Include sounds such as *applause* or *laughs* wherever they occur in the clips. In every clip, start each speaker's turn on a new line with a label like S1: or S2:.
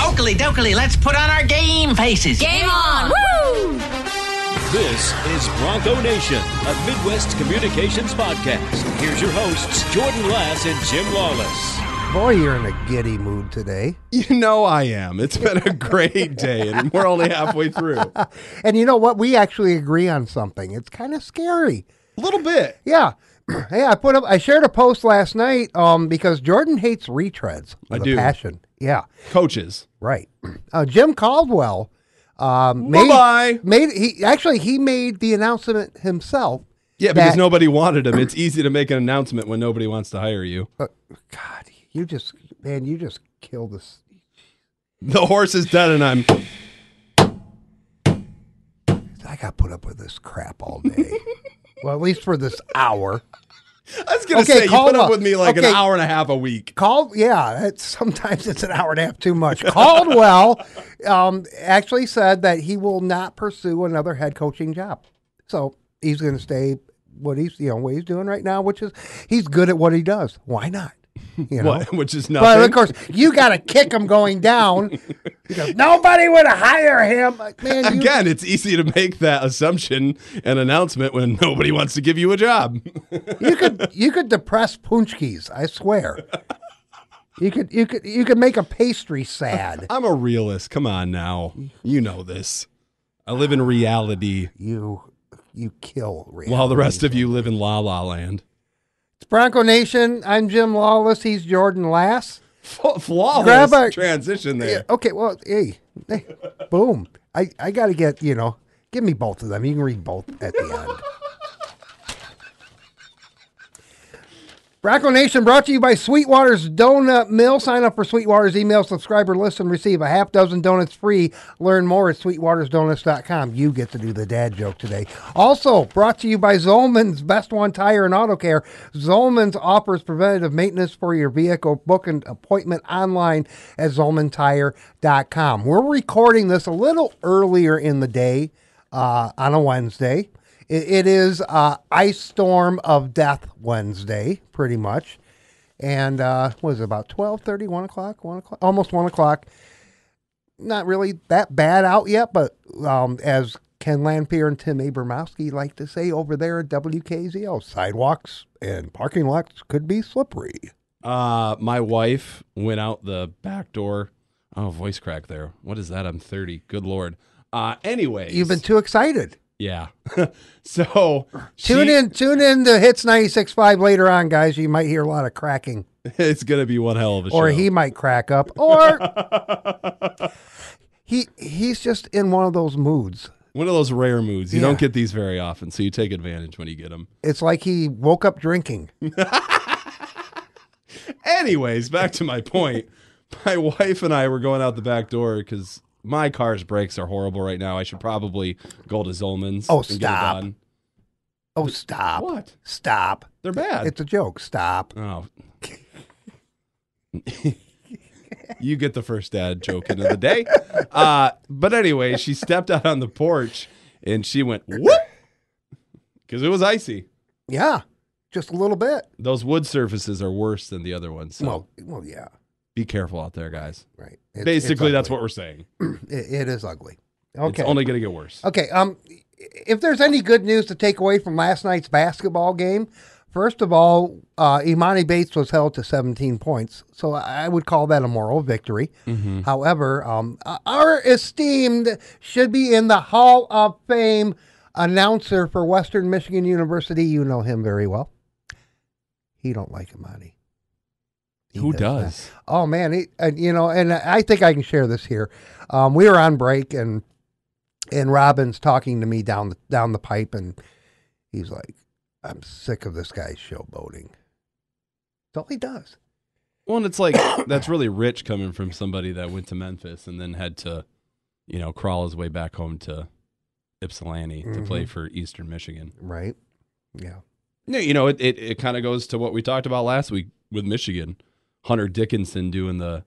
S1: Oakley Dokley, let's put on our game faces.
S2: Game on! Woo!
S3: This is Bronco Nation, a Midwest communications podcast. Here's your hosts, Jordan Lass and Jim Lawless.
S4: Boy, you're in a giddy mood today.
S5: You know I am. It's been a great day, and we're only halfway
S4: *laughs*
S5: through. A
S4: And you know what? We actually agree on something. It's kind of scary.
S5: little bit.
S4: Yeah. *clears throat* hey, I put up I shared a post last night um because Jordan hates retreads with
S5: I do.
S4: a passion. Yeah.
S5: Coaches.
S4: Right. *clears throat* Uh, Jim Caldwell um made,
S5: Bye-bye.
S4: made he actually he made the announcement himself.
S5: Yeah, because
S4: that-
S5: nobody wanted him. It's easy to make an announcement when nobody wants to hire you.
S4: Uh, God, you just man, you just killed this.
S5: The horse is dead, and I'm.
S4: I got put up with this crap all
S5: *laughs*
S4: day. well, at least for this hour.
S5: I was going to
S4: Okay,
S5: say, you put
S4: Caldwell.
S5: up with me like
S4: Okay.
S5: an hour and a half a week.
S4: Cald, yeah, it's, sometimes it's an hour and a half too much. Caldwell um, actually said that he will not pursue another head coaching job, so he's going to stay what he's you know what he's doing right now, which is he's good at what he does. Why not? You know.
S5: What? Which is
S4: But of
S5: nothing.
S4: course, you got to kick him going down because nobody would hire him. Like, man, you,
S5: Again, it's easy to make that assumption and announcement when nobody wants to give you a job.
S4: you could you could depress punchkis. I swear. You could you could you could make a pastry sad.
S5: I'm a realist. Come on now. You know this. I live in reality
S4: You you kill reality.
S5: while the rest of you live in la la land.
S4: It's Bronco Nation. I'm Jim Lawless. He's Jordan Lass.
S5: F- flawless
S4: Grab a-
S5: transition there.
S4: Okay, well, hey, hey, boom. I, I got to get, you know, give me both of them. You can read both at the end. Bronco Nation brought to you by Sweetwater's Donut Mill. Sign up for Sweetwater's email, subscriber list, and receive a half dozen donuts free. Learn more at sweetwatersdonuts.com. You get to do the dad joke today. Also brought to you by Zolman's Best One Tire and Auto Care. Zolman's offers preventative maintenance for your vehicle. Book an appointment online at ZolmanTire.com. We're recording this a little earlier in the day uh, on a Wednesday. It, it is uh, Ice Storm of Death Wednesday, pretty much. And uh, what is it, about 12, 1 o'clock, 1 o'clock, almost 1 o'clock. Not really that bad out yet, but um, as Ken Lanpier and Tim Abramowski like to say over there at WKZO, sidewalks and parking lots could be slippery.
S5: Uh, my wife went out the back door. Oh, voice crack there. What is that? I'm 30. Good lord. Uh, anyways,
S4: You've been too excited.
S5: yeah. *laughs* so
S4: Tune
S5: she-
S4: in, tune in to Hits 96.5 later on, guys. You might hear a lot of cracking.
S5: *laughs* It's gonna be one hell of a show.
S4: or he might crack up
S5: *laughs*
S4: or he he's just in one of those moods
S5: one of those rare moods. You
S4: Yeah.
S5: don't get these very often, so you take advantage when you get them.
S4: it's like he woke up drinking
S5: Anyways, back to my point. *laughs* My wife and I were going out the back door because my car's brakes are horrible right now. I should probably go to Zolman's.
S4: Oh,
S5: and get it
S4: stop.
S5: done.
S4: oh stop
S5: What?
S4: stop
S5: They're bad.
S4: it's a joke stop
S5: Oh. you get the first dad joke into the day. Uh, but anyway, she stepped out on the porch and she went whoop because it was icy.
S4: yeah just a little bit
S5: Those wood surfaces are worse than the other ones. So
S4: well well yeah
S5: be careful out there, guys.
S4: right It's-
S5: Basically,
S4: it's
S5: that's
S4: ugly.
S5: what we're saying.
S4: *clears throat* it, it is ugly okay
S5: It's only going to get worse.
S4: Okay. Um, if there's any good news to take away from last night's basketball game, first of all, uh, Imani Bates was held to 17 points, so I would call that a moral victory. However, um, our esteemed should be in the Hall of Fame announcer for Western Michigan University. You know him very well. He don't like Imani. He
S5: Who
S4: does not.
S5: does?
S4: Oh man, it, and you know, and I think I can share this here. Um, we were on break, and and Robin's talking to me down the down the pipe, and he's like, "I'm sick of this guy showboating." That's all he does.
S5: Well, and it's like *coughs* that's really rich coming from somebody that went to Memphis and then had to, you know, crawl his way back home to Ypsilanti to play
S4: Mm-hmm.
S5: for Eastern Michigan.
S4: Right? Yeah.
S5: No, you know, it, it, it kind of goes to what we talked about last week with Michigan. Hunter Dickinson doing the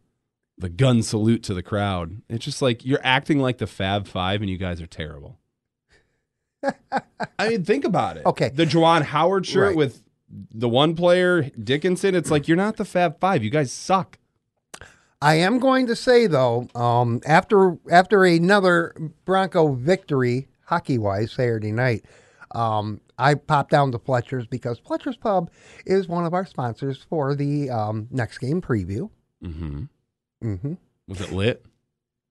S5: the gun salute to the crowd. It's just like you're acting like the Fab Five and you guys are terrible. I mean, think about it.
S4: Okay.
S5: The Juwan Howard shirt
S4: Right.
S5: with the one player Dickinson, it's like you're not the Fab Five. You guys suck.
S4: I am going to say though, um, after after another Bronco victory hockey wise Saturday night, um, I popped down to Fletcher's because Fletcher's Pub is one of our sponsors for the um, next game preview.
S5: Mm-hmm.
S4: Mm-hmm.
S5: Was it lit?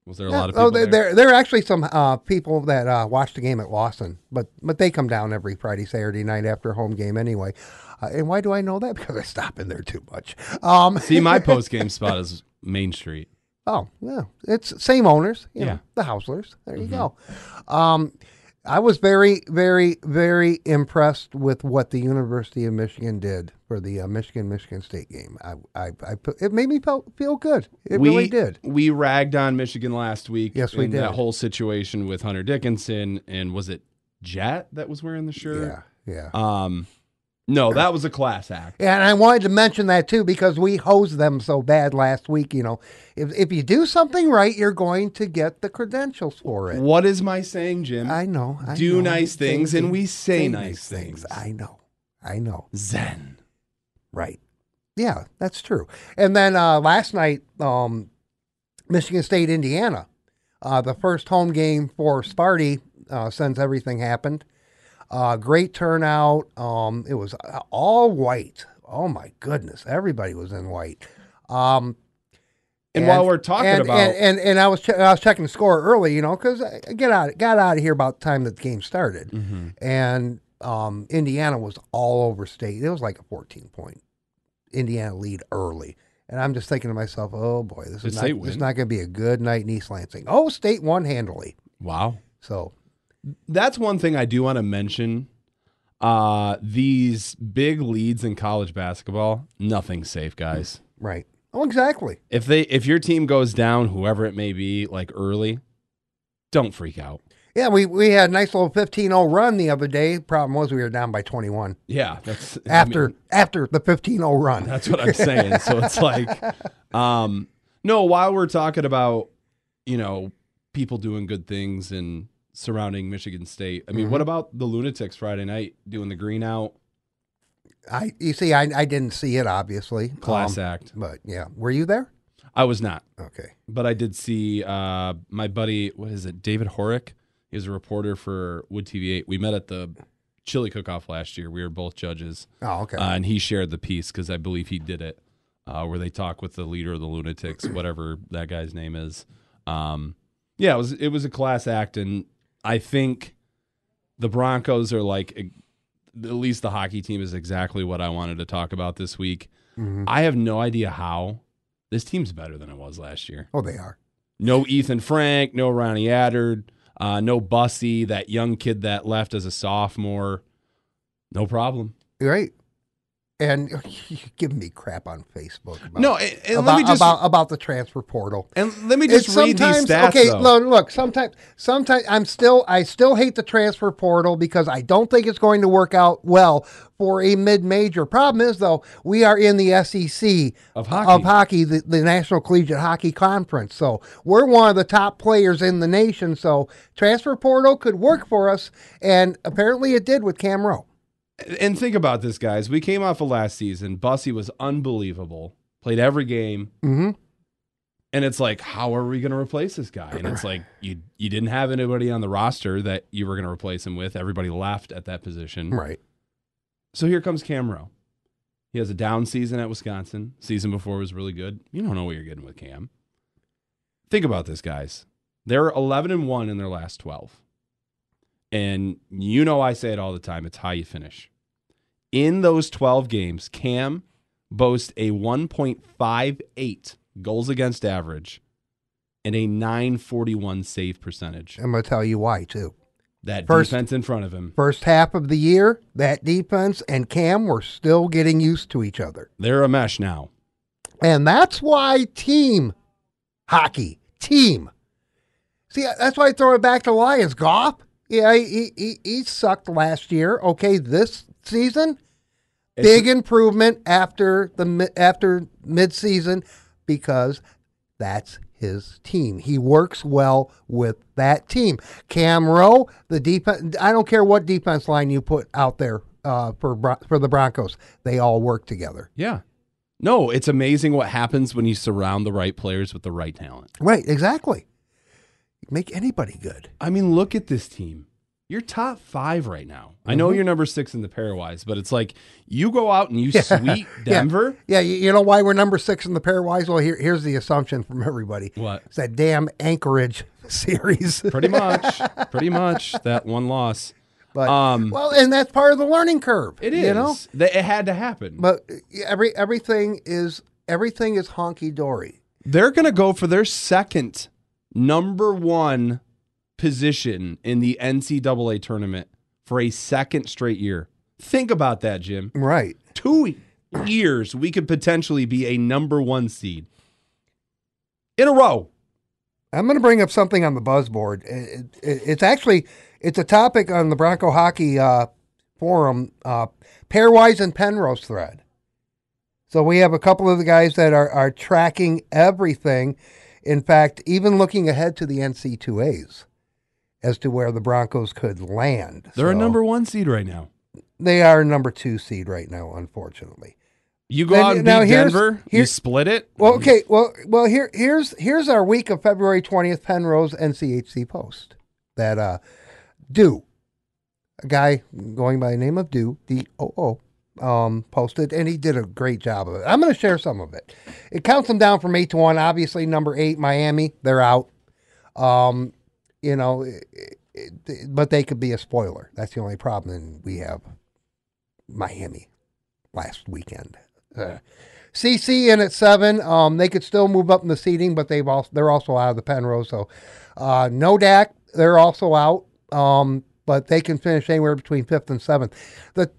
S5: Was there a
S4: Yeah.
S5: lot of people
S4: oh, there,
S5: there?
S4: there there are actually some uh, people that uh, watch the game at Lawson, but but they come down every Friday, Saturday night after a home game anyway. Uh, and why do I know that? *laughs* Because I stop in there too much. Um, *laughs*
S5: See, my post game spot is Main Street.
S4: Oh, yeah. It's same owners, you
S5: Yeah. Mm-hmm.
S4: know, the Houslers. There you go. Um, I was very, very, very impressed with what the University of Michigan did for the uh, Michigan Michigan State game. I, I, I put, it made me feel, feel good. It really did.
S5: We ragged on Michigan last week.
S4: Yes, we
S5: in
S4: did.
S5: That whole situation with Hunter Dickinson and was it Jet that was wearing the shirt?
S4: Yeah, yeah.
S5: Um, no, that was a class act.
S4: And I wanted to mention that too because we hosed them so bad last week. You know, if if you do something right, you're going to get the credentials for it.
S5: What is my saying, Jim?
S4: I know. I
S5: Do
S4: know.
S5: nice things and we say nice things.
S4: I know. I know.
S5: Zen.
S4: Right. Yeah, that's true. And then uh, last night, um, Michigan State, Indiana, uh, the first home game for Sparty uh, since everything happened. Uh, great turnout. Um, it was uh, all white. Oh my goodness, everybody was in white. Um,
S5: And, while we're talking
S4: and-
S5: about
S4: and, and and I was che- I was checking the score early, you know, because I I get out got out of here about the time that the game started,
S5: Mm-hmm.
S4: and um, Indiana was all over state. It was like a fourteen point Indiana lead early, and I'm just thinking to myself, oh boy, this
S5: Did
S4: is not,
S5: State
S4: this is
S5: win?
S4: not going to be a good night in East Lansing. Oh, state won handily.
S5: wow.
S4: So
S5: that's one thing I do want to mention. Uh, these big leads in college basketball, nothing's safe, guys.
S4: right, oh exactly,
S5: If they if your team goes down, whoever it may be, like early, don't freak out.
S4: yeah. We we had a nice little 15-0 run the other day. Problem was we were down by twenty one
S5: Yeah, that's I
S4: after
S5: mean,
S4: after the 15-0 run.
S5: that's what I'm saying. so it's like, um, no. While we're talking about, you know, people doing good things and surrounding Michigan State, I mean, what about the lunatics Friday night doing the green out
S4: I you see, I, I didn't see it obviously.
S5: class
S4: Um,
S5: act?
S4: but yeah, were you there?
S5: I was not.
S4: Okay.
S5: but I did see uh, my buddy. What is it? David Horick is a reporter for Wood TV Eight. We met at the Chili Cook Off last year. We were both judges,
S4: Oh, okay.
S5: uh, and he shared the piece because I believe he did it, uh, where they talk with the leader of the lunatics, whatever that guy's name is. Um, yeah, it was it was a class act, and I think the Broncos are like. e- At least the hockey team is exactly what I wanted to talk about this week.
S4: Mhm.
S5: I have no idea how this team's better than it was last year.
S4: Oh, they are.
S5: No Ethan Frank, no Ronnie Adderd, uh, no Bussy, that young kid that left as a sophomore. No problem.
S4: Great. And *laughs* you give me crap on Facebook. About,
S5: No, and- and let
S4: about,
S5: me just-
S4: about about the transfer portal.
S5: And let me just
S4: It's
S5: read these
S4: sometimes-
S5: stats.
S4: Okay,
S5: though.
S4: no, look. Sometimes, sometimes I'm still, I still hate the transfer portal because I don't think it's going to work out well for a mid-major. Problem is though, we are in the SEC of
S5: Of hockey.
S4: hockey, the, the National Collegiate Hockey Conference. So we're one of the top players in the nation. So transfer portal could work for us, and apparently it did with Cam Rowe.
S5: And think about this, guys. We came off of last season. Bussy was unbelievable, played every game.
S4: Mm-hmm.
S5: And it's like, how are we going to replace this guy? And it's like, you you didn't have anybody on the roster that you were going to replace him with. Everybody left at that position.
S4: Right.
S5: So here comes Cam Rowe. He has a down season at Wisconsin. Season before was really good. You don't know what you're getting with Cam. Think about this, guys. They're 11 and 1 in their last 12. And you know I say it all the time, it's how you finish. In those 12 games, Cam boasts a 1.58 goals against average and a 941 save percentage.
S4: I'm going to tell you why too.
S5: That
S4: First-
S5: defense in front of him.
S4: First half of the year, that defense and Cam were still getting used to each other.
S5: They're a mesh now.
S4: And that's why team hockey, team. See, that's why I throw it back to Lions. Goff, yeah, he, he, he sucked last year. Okay, this season,
S5: It's-
S4: big improvement after the mi- after midseason because that's his team. He works well with that team. Cam Rowe, the defense. I don't care what defense line you put out there uh, for Bron- for the Broncos. They all work together.
S5: Yeah. No, it's amazing what happens when you surround the right players with the right talent.
S4: Right, exactly. Make anybody good.
S5: I mean, look at this team. You're top five right now. I know you're number six in the pairwise, but it's like you go out *laughs* and you sweep Denver.
S4: *laughs* Yeah, you, you know why we're number six in the pairwise? Well, here, here's the assumption from everybody.
S5: What?
S4: It's that damn Anchorage *laughs*
S5: *laughs*
S4: series.
S5: Pretty much, pretty much that one loss.
S4: But,
S5: Um,
S4: well, and that's part of the learning curve.
S5: It is.
S4: You know?
S5: That- it had to happen.
S4: But every everything is everything is honky dory.
S5: They're going to go for their second number one position in the NCAA tournament for a second straight year. Think about that, Jim.
S4: Right.
S5: Two years, we could potentially be a number one seed in a row.
S4: I'm going to bring up something on the buzzboard. It, it, it's actually it's a topic on the Bronco Hockey uh, forum, uh, pairwise and Penrose thread. So we have a couple of the guys that are are tracking everything. In fact, even looking ahead to the NC2As as to where the Broncos could land.
S5: They're a
S4: So
S5: number one seed right now.
S4: They are number two seed right now, unfortunately.
S5: You go
S4: Then-
S5: out and
S4: now
S5: beat
S4: here's-
S5: Denver, you
S4: here's-
S5: split it.
S4: Well, okay. Well, well. Here, here's here's our week of February twentieth Penrose NCHC post that uh, do a guy going by the name of do D O O um posted, and he did a great job of it. I'm going to share some of it. It counts them down from eight to one. Obviously, number eight Miami, they're out. Um, you know, it, it, it- but they could be a spoiler. That's the only problem and we have. Miami last weekend. Uh, CC in at seven. Um, they could still move up in the seating, but they've also they're also out of the Penrose. So uh, no Dak, they're also out. Um, but they can finish anywhere between fifth and seventh. The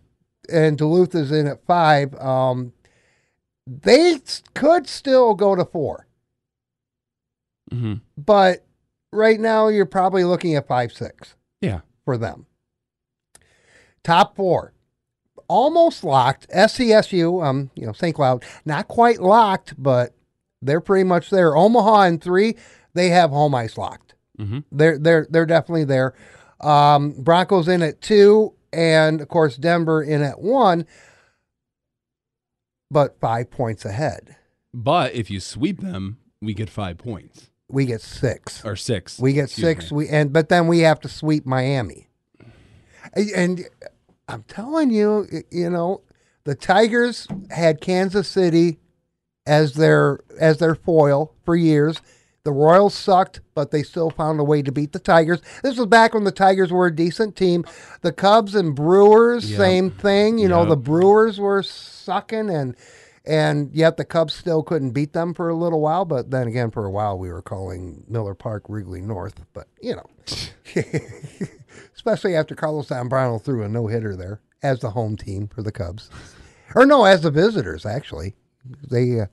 S4: and Duluth is in at five. Um, they s- could still go to four,
S5: hmm
S4: but right now you're probably looking at five six
S5: Yeah.
S4: for them. Top four, almost locked. SCSU, um, you know, St. Cloud, not quite locked, but they're pretty much there. Omaha in three, they have home ice locked.
S5: hmm
S4: They're they're they're definitely there. Um, Broncos in at two, and of course Denver in at one, but five points ahead.
S5: But if you sweep them, we get five points
S4: We get six.
S5: or six.
S4: We get
S5: Uh, Excuse
S4: six.
S5: me.
S4: We and but then we have to sweep Miami. And- And I'm telling you, y- you know, the Tigers had Kansas City as their as their foil for years. The Royals sucked, but they still found a way to beat the Tigers. This was back when the Tigers were a decent team. The Cubs and Brewers,
S5: Yep.
S4: same thing. You know,
S5: Yep.
S4: the Brewers were sucking and and yet the Cubs still couldn't beat them for a little while, but then again for a while we were calling Miller Park Wrigley North, but you know.
S5: *laughs*
S4: Especially after Carlos Zambrano threw a no hitter there as the home team for the Cubs. Or no, as the visitors actually. They uh,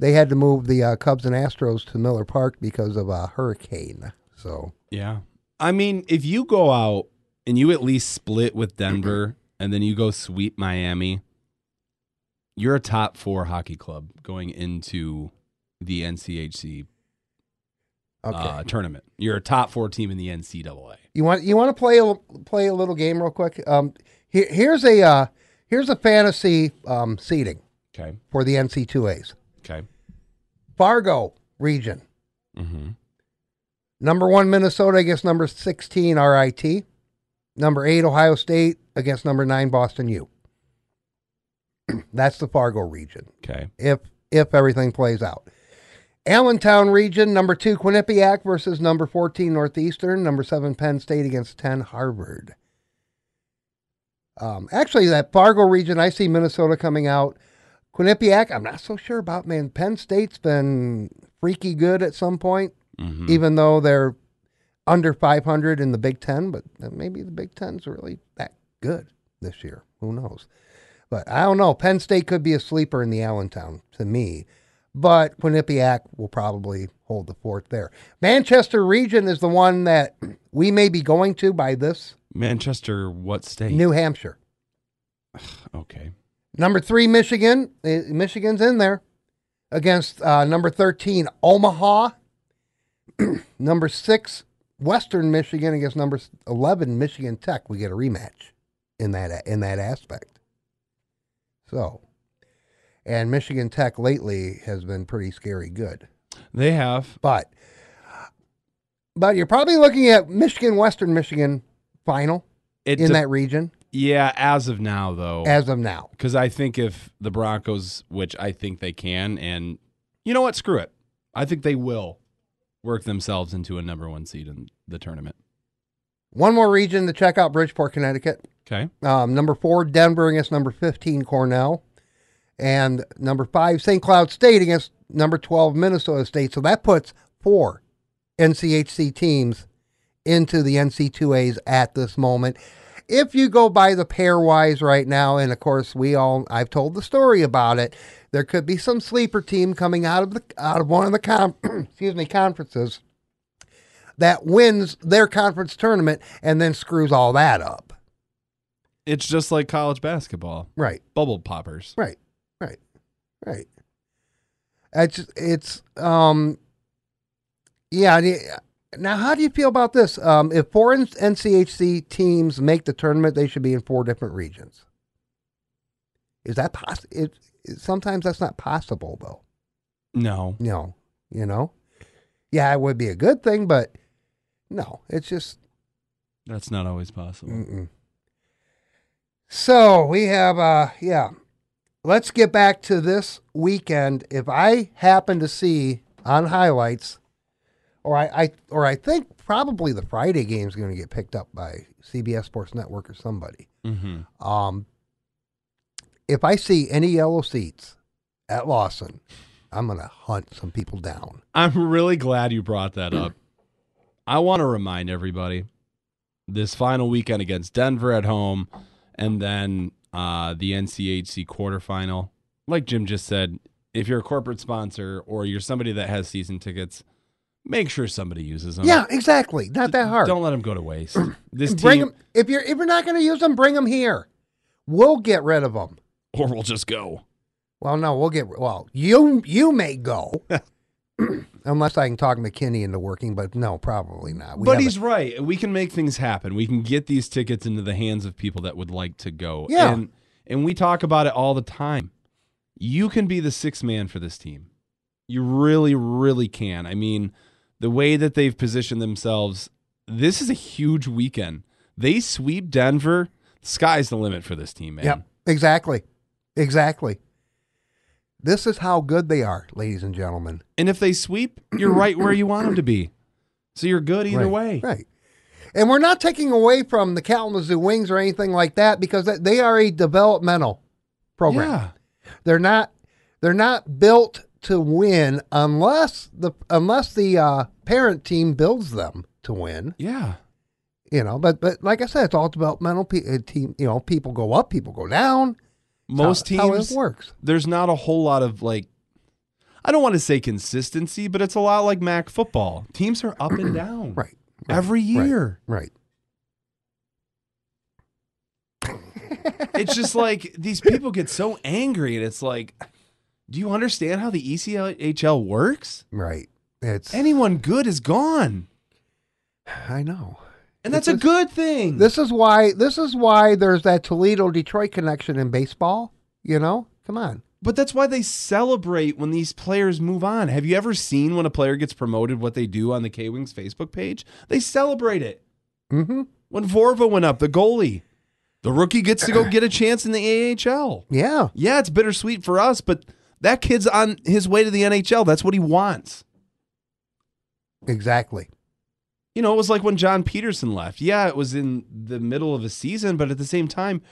S4: they had to move the uh, Cubs and Astros to Miller Park because of a hurricane. So
S5: Yeah. I mean, if you go out and you at least split
S4: *clears throat*
S5: with Denver and then you go sweep Miami, you're a top four hockey club going into the NCHC
S4: okay.
S5: uh, tournament. You're a top four team in the NCAA.
S4: You want you want to play a play a little game real quick. Um, here, here's a uh, here's a fantasy um, seating
S5: Okay.
S4: for the NC2As.
S5: Okay.
S4: Fargo region,
S5: Mm-hmm.
S4: number one Minnesota against number sixteen RIT, number eight Ohio State against number nine Boston U. *clears throat* That's the Fargo region.
S5: Okay.
S4: if if everything plays out. Allentown region, number two Quinnipiac versus number fourteen Northeastern, number seven Penn State against ten Harvard. Um, actually, that Fargo region, I see Minnesota coming out. Quinnipiac, I'm not so sure about. Man, Penn State's been freaky good at some point,
S5: Mm-hmm.
S4: even though they're under 500 in the Big Ten. But maybe the Big Ten's really that good this year. Who knows? But I don't know. Penn State could be a sleeper in the Allentown to me. But Quinnipiac will probably hold the fort there. Manchester region is the one that we may be going to by this
S5: Manchester, what state?
S4: New Hampshire.
S5: okay.
S4: Number three, Michigan. Eh, Michigan's in there against uh, number 13, Omaha. *clears throat* number six, Western Michigan against number s- 11, Michigan Tech. We get a rematch in that in that aspect. So, and Michigan Tech lately has been pretty scary good.
S5: They have.
S4: But but you're probably looking at Michigan Western Michigan final
S5: It
S4: in
S5: de-
S4: that region
S5: yeah, as of now though.
S4: as of now.
S5: Because I think if the Broncos, which I think they can, and you know what, screw it, I think they will work themselves into a number one seed in the tournament.
S4: One more region to check out: Bridgeport, Connecticut.
S5: Okay,
S4: Um, number four, Denver against number 15, Cornell. And number five, St. Cloud State against number 12, Minnesota State. So that puts four NCHC teams into the NC2As at this moment. If you go by the pairwise right now, and of course we all I've told the story about it, there could be some sleeper team coming out of the out of one of the con *clears throat* excuse me conferences that wins their conference tournament and then screws all that up.
S5: it's just like college basketball,
S4: Right.
S5: bubble poppers.
S4: Right. Right. Right. It's it's um yeah, and it- now how do you feel about this? Um if four N- NCHC teams make the tournament, they should be in four different regions. Is that possible? It, it- sometimes that's not possible though.
S5: No,
S4: No, you know. Yeah, it would be a good thing, but no, it's just
S5: that's not always possible.
S4: Mm-mm. So we have, uh, yeah. Let's get back to this weekend. If I happen to see on highlights, or I, I or I think probably the Friday game is going to get picked up by CBS Sports Network or somebody.
S5: Mm-hmm.
S4: Um, if I see any yellow seats at Lawson, I'm going to hunt some people down.
S5: I'm really glad you brought that up. I want to remind everybody this final weekend against Denver at home and then uh, the NCHC quarterfinal. Like Jim just said, if you're a corporate sponsor or you're somebody that has season tickets, make sure somebody uses them.
S4: Yeah, exactly. Not that hard.
S5: Don't let them go to
S4: *clears throat*
S5: waste. This
S4: bring
S5: team,
S4: 'em- if you're if you're not going to use them, bring them here. We'll get rid of them.
S5: or we'll just go.
S4: Well, no, we'll get well. You you may
S5: *laughs*
S4: go, unless I can talk McKinney into working, but no, probably not. We
S5: but
S4: haven't-
S5: he's right. We can make things happen. We can get these tickets into the hands of people that would like to go.
S4: Yeah.
S5: And, and we talk about it all the time. You can be the sixth man for this team. You really, really can. I mean, the way that they've positioned themselves, this is a huge weekend. They sweep Denver. Sky's the limit for this team, man.
S4: yep, exactly, exactly. This is how good they are, ladies and gentlemen.
S5: And if they sweep, you're right where you want them to be. So you're good either
S4: Right,
S5: way.
S4: right? And we're not taking away from the Kalamazoo Wings or anything like that because that- they are a developmental program.
S5: Yeah.
S4: They're not they're not built to win unless the unless the uh, parent team builds them to win.
S5: Yeah.
S4: you know but but like i said it's all developmental pe- uh, team you know people go up people go down It's
S5: Most
S4: how,
S5: teams
S4: how it works
S5: there's not a whole lot of like I don't want to say consistency, but it's a lot like Mac football. Teams are
S4: *clears throat*
S5: up and down
S4: right right,
S5: every
S4: right, *laughs*
S5: year.
S4: right,
S5: It's just like these people get so angry and it's like do you understand how the E ECHL works?
S4: right it's
S5: Anyone good is gone.
S4: i know
S5: And that's a
S4: This-
S5: good thing.
S4: this is why this is why there's that toledo detroit connection in baseball you know come on
S5: but that's why they celebrate when these players move on. Have you ever seen when a player gets promoted what they do on the K Wings Facebook page? They celebrate it.
S4: mm-hmm
S5: When Vorva went up, the goalie, the rookie gets to go get a chance in the AHL.
S4: yeah
S5: Yeah, it's bittersweet for us, but that kid's on his way to the NHL. That's what he wants.
S4: exactly
S5: You know, it was like when John Peterson left. Yeah, it was in the middle of a season, but at the same time,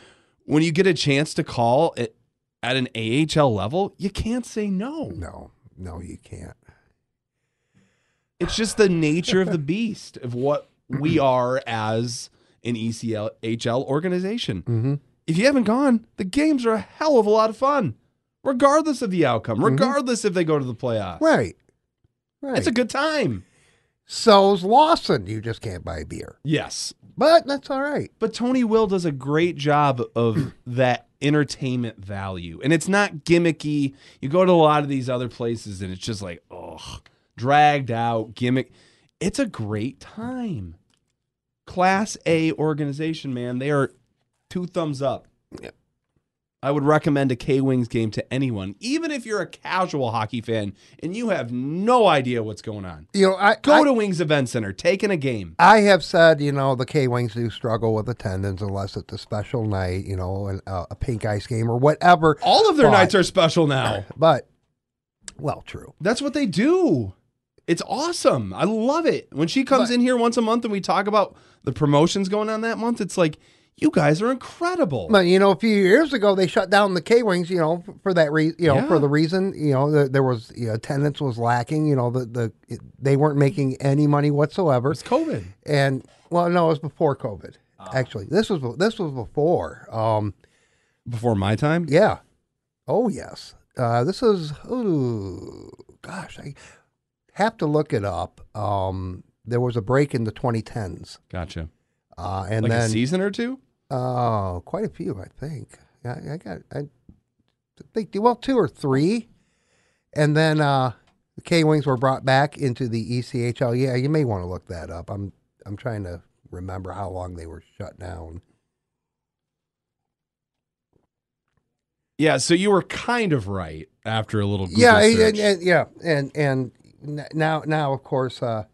S5: when you get a chance to call it at an AHL level, you can't say no.
S4: no no you can't
S5: It's just the nature of the beast of what
S4: *clears throat*
S5: we are as an E ECHL organization.
S4: mm-hmm
S5: if you haven't gone, the games are a hell of a lot of fun, regardless of the outcome, regardless if they go to the playoffs.
S4: Mm-hmm. right right
S5: It's a good time.
S4: so's lawson you just can't buy beer
S5: Yes.
S4: but that's all right
S5: But Tony Will does a great job of that entertainment value. And it's not gimmicky. You go to a lot of these other places and it's just like, ugh, dragged out, gimmick. It's a great time. Class A organization, man. They are two thumbs up. I would recommend a K Wings game to anyone, even if you're a casual hockey fan and you have no idea what's going on.
S4: You know, I
S5: Go
S4: I,
S5: to Wings Event Center, take in a game.
S4: I have said, you know, the K Wings do struggle with attendance unless it's a special night, you know, an, uh, a pink ice game or whatever.
S5: All of their
S4: But-
S5: nights are special now.
S4: But, well, true.
S5: That's what they do. It's awesome. I love it. When she comes in here once a month and we talk about the promotions going on that month, it's like, you guys are incredible.
S4: But you know, a few years ago they shut down the K wings. You know, for that reason. You know,
S5: Yeah.
S4: for the reason. You know, the, there was you know, attendance was lacking. You know, the the it, they weren't making any money whatsoever.
S5: it's COVID.
S4: And well, no, it was before COVID.
S5: Ah.
S4: Actually, this was this was before. Um,
S5: Before my time?
S4: yeah. Oh yes. Uh, this is. Oh gosh, I have to look it up. Um, there was a break in the 2010s,
S5: Gotcha.
S4: uh, and
S5: Like a
S4: then
S5: season or two?
S4: Oh, quite a few, I think. I, I got, I think, well, two or three. And then uh, the K Wings were brought back into the E ECHL. Yeah, you may want to look that up. I'm, I'm trying to remember how long they were shut down.
S5: Yeah, so you were kind of right after a little Google
S4: yeah, and, and,
S5: search.
S4: and- yeah, and and n- now, now of course, uh,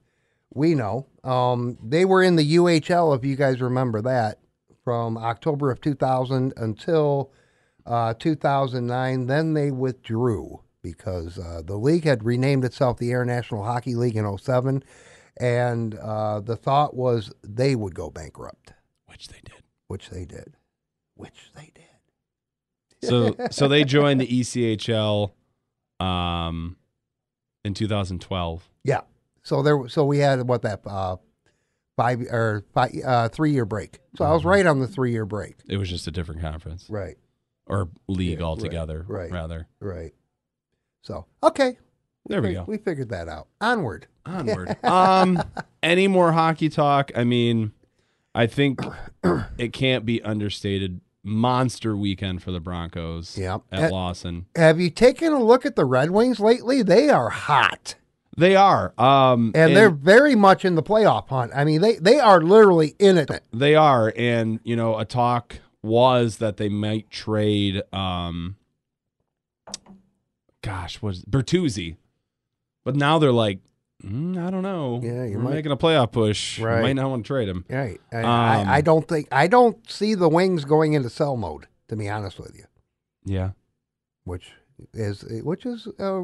S4: we know um, they were in the UHL. If you guys remember that, from October of 2000 until uh, 2009, then they withdrew because uh, the league had renamed itself the International Hockey League in 07, and uh, the thought was they would go bankrupt,
S5: Which they did.
S4: *laughs* which they did, which they did.
S5: So so they joined the E ECHL um in 2012.
S4: Yeah. So there, so we had what that uh, five or five, uh, three year break. So I was right on the three year break.
S5: It was just a different conference
S4: Mm-hmm. Right.
S5: or league
S4: Yeah, right,
S5: altogether,
S4: right.
S5: rather.
S4: Right. So okay,
S5: There we
S4: Fig-
S5: go.
S4: We figured that out. Onward.
S5: Onward. um any more hockey talk? I mean, I think it can't be understated monster weekend for the Broncos
S4: Yeah.
S5: at
S4: Uh,
S5: Lawson.
S4: Have you taken a look at the Red Wings lately? They are hot,
S5: They are. Um
S4: and, they're very much in the playoff hunt. I mean, they they are literally in it.
S5: They are, and you know, a talk was that they might trade. um Gosh, was Bertuzzi, but now they're like, "Mm, I don't know.
S4: Yeah, you
S5: We're
S4: might-
S5: making a playoff push. We
S4: Right.
S5: Might not want to trade him.
S4: Right. I,
S5: Um,
S4: I, I don't think I don't see the Wings going into sell mode. To be honest with you,
S5: Yeah,
S4: which is which is uh,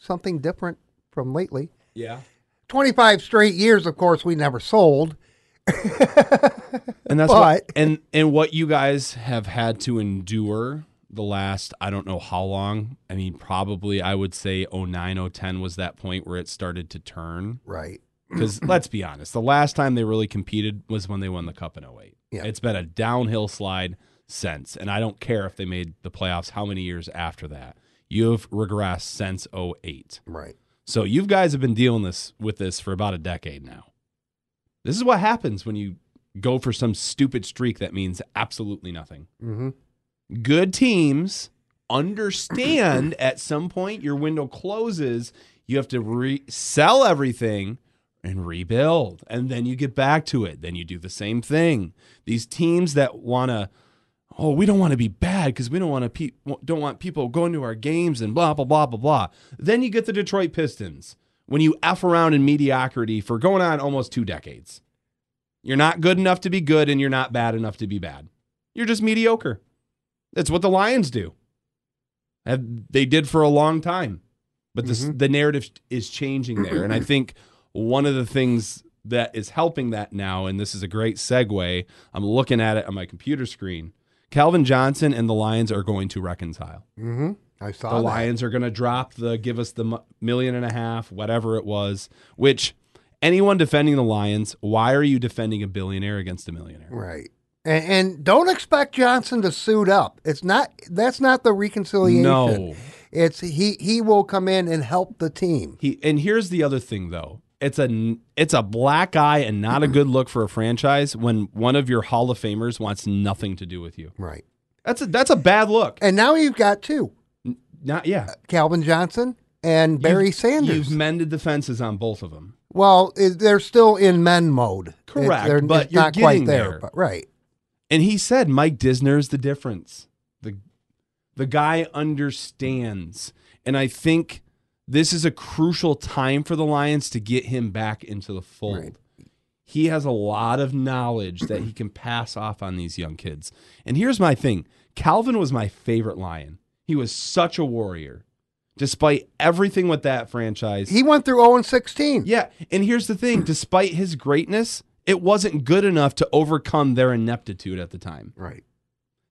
S4: something different from lately.
S5: yeah.
S4: 25 straight years, of course, we never sold.
S5: And that's what
S4: But-
S5: and and what you guys have had to endure the last I don't know how long. I mean, probably I would say 09, 010 was that point where it started to turn.
S4: Right. *clears throat*
S5: Because let's be honest, the last time they really competed was when they won the cup in 08.
S4: Yeah.
S5: It's been a downhill slide since. And I don't care if they made the playoffs how many years after that. You've regressed since 08.
S4: Right.
S5: So you guys have been dealing this with this for about a decade now. This is what happens when you go for some stupid streak that means absolutely nothing.
S4: Mm-hmm.
S5: Good teams understand *clears throat* at some point your window closes, you have to resell everything and rebuild. And then you get back to it. Then you do the same thing. These teams that want to oh, we don't want to be bad because we don't want to pe- don't want people going to our games and blah blah blah blah blah. Then you get the Detroit Pistons when you f around in mediocrity for going on almost two decades. You're not good enough to be good, and you're not bad enough to be bad. You're just mediocre. That's what the Lions do. And they did for a long time, but this, the narrative is changing there, and I think one of the things that is helping that now, and this is a great segue. I'm looking at it on my computer screen. Calvin Johnson and the Lions are going to reconcile.
S4: Mm-hmm. I saw
S5: the
S4: that.
S5: Lions are going to drop the give us the mu- million and a half, whatever it was. Which anyone defending the Lions, why are you defending a billionaire against a millionaire?
S4: Right. And, and don't expect Johnson to suit up. It's not. That's not the reconciliation.
S5: No,
S4: It's he. He will come in and help the team.
S5: he. And here's the other thing though. It's a n- it's a black eye and not a good look for a franchise when one of your Hall of Famers wants nothing to do with you.
S4: Right.
S5: That's a that's a bad look.
S4: And now you've got two:
S5: Not yeah.
S4: Calvin Johnson and Barry
S5: You've-
S4: Sanders.
S5: You've mended the fences on both of them.
S4: well, it, they're still in men mode. It's-
S5: Correct,
S4: they're
S5: but
S4: it's
S5: you're
S4: not quite
S5: getting
S4: there.
S5: there.
S4: But right.
S5: And he said Mike Disner's the difference. The The guy understands. And I think this is a crucial time for the Lions to get him back into the fold.
S4: Right.
S5: He has a lot of knowledge that he can pass off on these young kids. And here's my thing Calvin was my favorite Lion. He was such a warrior, despite everything with that franchise.
S4: He went through 0 and 16.
S5: Yeah, and here's the thing: despite his greatness, it wasn't good enough to overcome their ineptitude at the time.
S4: Right.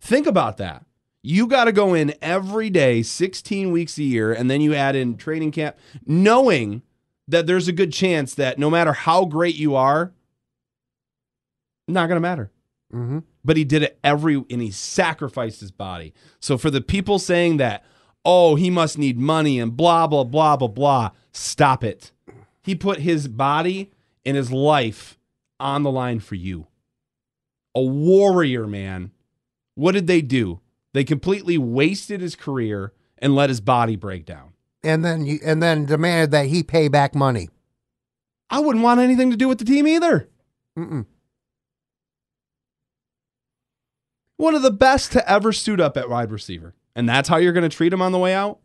S5: Think about that. You got to go in every day, 16 weeks a year, and then you add in training camp, knowing that there's a good chance that no matter how great you are, not going to matter
S4: Mm-hmm.
S5: but he did it every and he sacrificed his body. So for the people saying that, oh, he must need money and blah blah blah blah blah, stop it. He put his body and his life on the line for you. A warrior, man. What did they do? They completely wasted his career and let his body break down.
S4: And then you, and then demanded that he pay back money.
S5: I wouldn't want anything to do with the team either.
S4: Mm-mm.
S5: One of the best to ever suit up at wide receiver. And that's how you're going to treat him on the way out?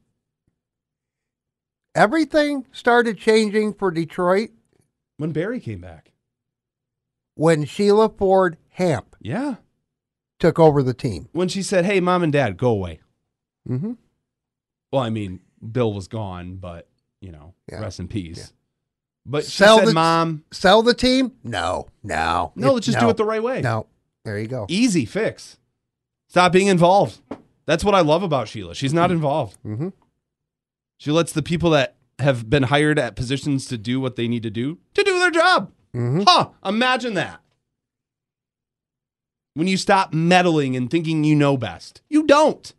S4: Everything started changing for Detroit
S5: When Barry came back.
S4: when Sheila Ford Hamp
S5: Yeah.
S4: took over the team.
S5: when she said, "Hey, mom and dad, go away."
S4: Mm-hmm.
S5: Well, I mean, Bill was gone, but you know,
S4: Yeah.
S5: rest in peace. But she
S4: Sell
S5: said,
S4: the-
S5: "Mom,
S4: Sell the team? No, no,
S5: no, let's just do it the right way. E
S4: No, there you go.
S5: Easy fix. Stop being involved." That's what I love about Sheila. She's not involved.
S4: Mhm.
S5: She lets the people that have been hired at positions to do what they need to do to do their job.
S4: Mhm.
S5: Huh? Imagine that. When you stop meddling and thinking you know best, you don't.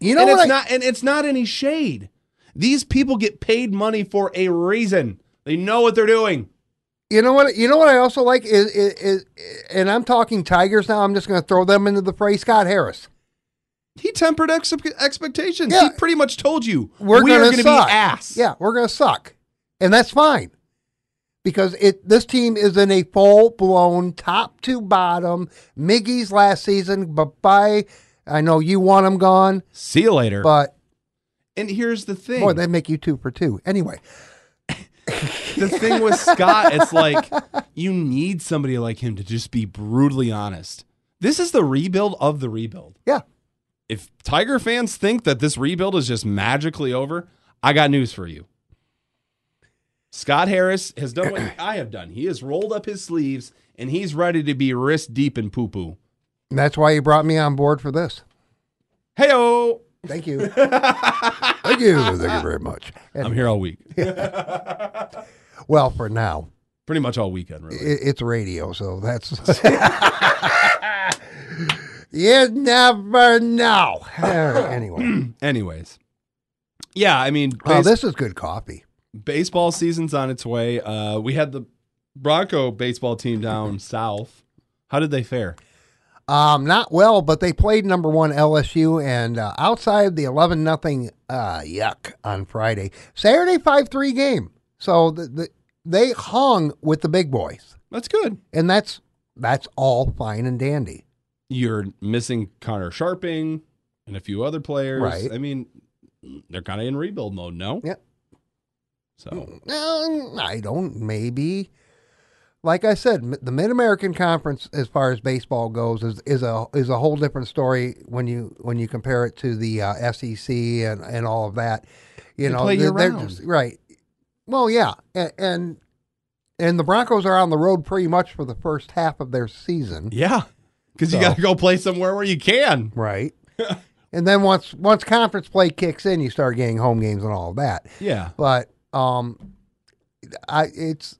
S4: You know
S5: and
S4: what?
S5: it's
S4: I-
S5: not and it's not any shade. These people get paid money for a reason. They know what they're doing.
S4: You know what? You know what I also like is, is, is and I'm talking Tigers now. I'm just going to throw them into the fray. Scott Harris.
S5: He tempered ex- expectations.
S4: Yeah.
S5: He pretty much told you
S4: We're
S5: we
S4: going
S5: are
S4: to
S5: gonna
S4: suck.
S5: be ass.
S4: Yeah, we're going to suck, and that's fine because it this team is in a full blown top to bottom Miggy's last season. But bye. I know you want them gone,
S5: See you later.
S4: but
S5: and here's the thing.
S4: boy, they make you two for two anyway.
S5: the thing with Scott, it's like you need somebody like him to just be brutally honest. This is the rebuild of the rebuild.
S4: Yeah,
S5: If Tiger fans think that this rebuild is just magically over, I got news for you. Scott Harris has done what I have done. He has rolled up his sleeves and he's ready to be wrist deep in poo poo.
S4: and that's why you brought me on board for this.
S5: Hey, oh,
S4: Thank
S5: *laughs*
S4: you. Thank you. Thank you very much.
S5: I'm here all week.
S4: Well, for now.
S5: Pretty much all weekend, really.
S4: it, it's radio, so
S5: *laughs*
S4: that's. *laughs* you never know. anyway,
S5: Anyways, yeah, I mean,
S4: oh,
S5: base-
S4: this is good coffee.
S5: baseball season's on its way. Uh, we had the Bronco baseball
S4: *laughs*
S5: team down south. How did they fare?
S4: Um, not well, but they played number one LSU and uh, outside the eleven nothing. Uh, yuck on Friday, Saturday five three game. So the, the, they hung with the big boys,
S5: That's good.
S4: and that's that's all fine and dandy.
S5: you're missing Connor Sharping and a few other players.
S4: Right.
S5: I mean, they're kind of in rebuild mode, no?
S4: Yep.
S5: So
S4: Um, I don't. Maybe. Like I said, m- the Mid American Conference, as far as baseball goes, is, is a is a whole different story when you when you compare it to the uh, SEC and, and all of that. You
S5: They
S4: know,
S5: play
S4: they're, they're
S5: year-round.
S4: just right. Well, yeah, and, and and the Broncos are on the road pretty much for the first half of their season,
S5: yeah, because you
S4: So-
S5: got to go play somewhere where you can. *laughs*
S4: right? and then once once conference play kicks in, you start getting home games and all of that.
S5: Yeah.
S4: but um, I it's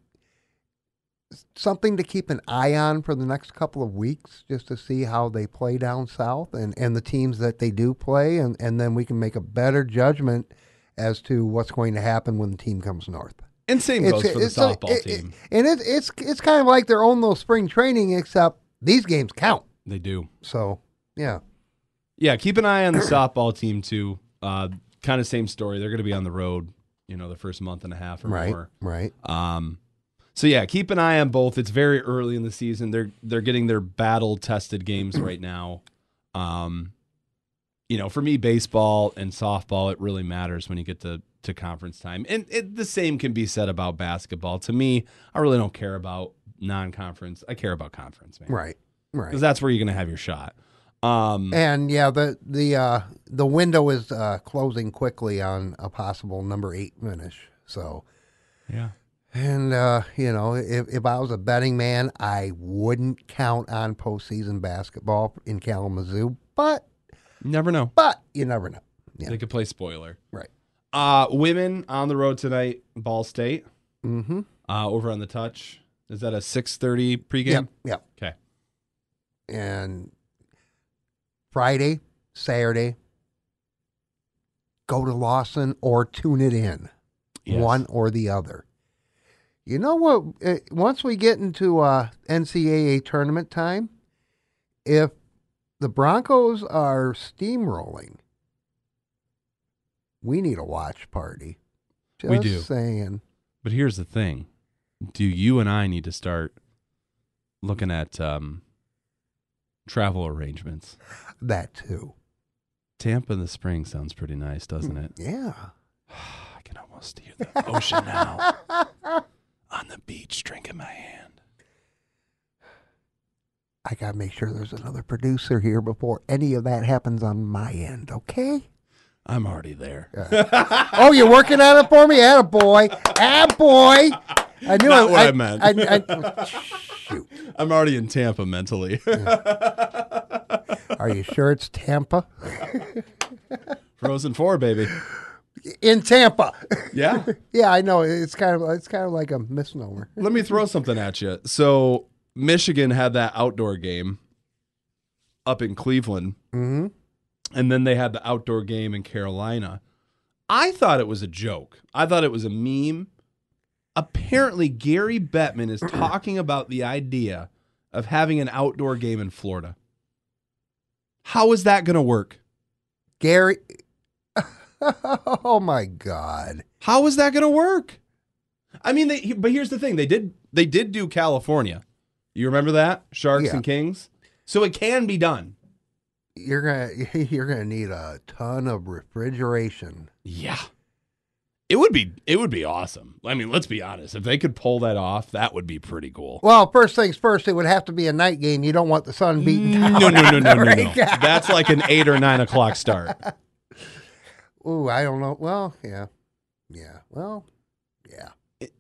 S4: something to keep an eye on for the next couple of weeks, just to see how they play down south and and the teams that they do play, and and then we can make a better judgment as to what's going to happen when the team comes north.
S5: And same goes for the
S4: a-
S5: softball
S4: it- it-
S5: team.
S4: and it's it's it's kind of like their own little spring training, except these games count.
S5: they do.
S4: So yeah,
S5: Yeah, keep an
S4: *clears throat*
S5: eye on the softball team too. Uh, kind of same story. They're going to be on the road, you know, the first month and a half or
S4: right,
S5: more.
S4: right.
S5: Um, so yeah, keep an eye on both. It's very early in the season. They're they're getting their battle tested games right now. Um, you know, for me, baseball and softball, it really matters when you get to, to conference time. And it, the same can be said about basketball. To me, I really don't care about non conference. I care about conference, man.
S4: Right. Right.
S5: Because that's where you're going to have your shot. Um,
S4: And yeah, the the uh, the window is uh, closing quickly on a possible number eight finish. So,
S5: yeah.
S4: and uh, you know, if, if I was a betting man, I wouldn't count on postseason basketball in Kalamazoo. But
S5: Never know.
S4: but you never know. Yeah.
S5: They could play spoiler.
S4: Right.
S5: Uh, women on the road tonight, Ball State,
S4: Mm-hmm.
S5: uh, over on the touch. Is that a 6.30 pregame?
S4: Yep. Yep.
S5: Okay.
S4: And Friday, Saturday, go to Lawson or tune it in.
S5: Yes.
S4: one or the other. You know what? eh, Once we get into uh, NCAA tournament time, if the Broncos are steamrolling, we need a watch party. Just
S5: We do.
S4: Saying
S5: But here's the thing: Do you and I need to start looking at um, travel arrangements?
S4: that too.
S5: Tampa in the spring sounds pretty nice, doesn't it? Oh,
S4: Yeah.
S5: I can almost hear the ocean now on the beach, drink in my hand.
S4: I gotta make sure there's another producer here before any of that happens on my end. Okay.
S5: I'm already there.
S4: Oh, you're working on it for me? Atta boy. Atta boy. I knew
S5: Not
S4: I,
S5: what I meant.
S4: I- I- shoot.
S5: I'm already in Tampa mentally.
S4: Are you sure it's Tampa?
S5: *laughs* Frozen Four, baby.
S4: In Tampa.
S5: Yeah.
S4: *laughs* yeah, I know. It's kind of it's kind of like a misnomer.
S5: Let me throw something at you. So Michigan had that outdoor game up in Cleveland,
S4: Mm-hmm.
S5: and then they had the outdoor game in Carolina. I thought it was a joke. I thought it was a meme. Apparently, Gary Bettman is talking about the idea of having an outdoor game in Florida. How is that going to work?
S4: Gary. *laughs* oh my God.
S5: How is that going to work? I mean, they, but here's the thing: they did they did do California. You remember that Sharks
S4: Yeah.
S5: and Kings? So it can be done.
S4: You're gonna *laughs* you're gonna need a ton of refrigeration.
S5: Yeah, it would be it would be awesome. I mean, let's be honest: if they could pull that off, that would be pretty cool.
S4: Well, first things first, it would have to be a night game. You don't want the sun beating down.
S5: No, no, no, no,
S4: *laughs*
S5: no, no.
S4: Right.
S5: That's like an eight or nine o'clock start.
S4: *laughs* Ooh, I don't know. Well, yeah, yeah. Well, yeah.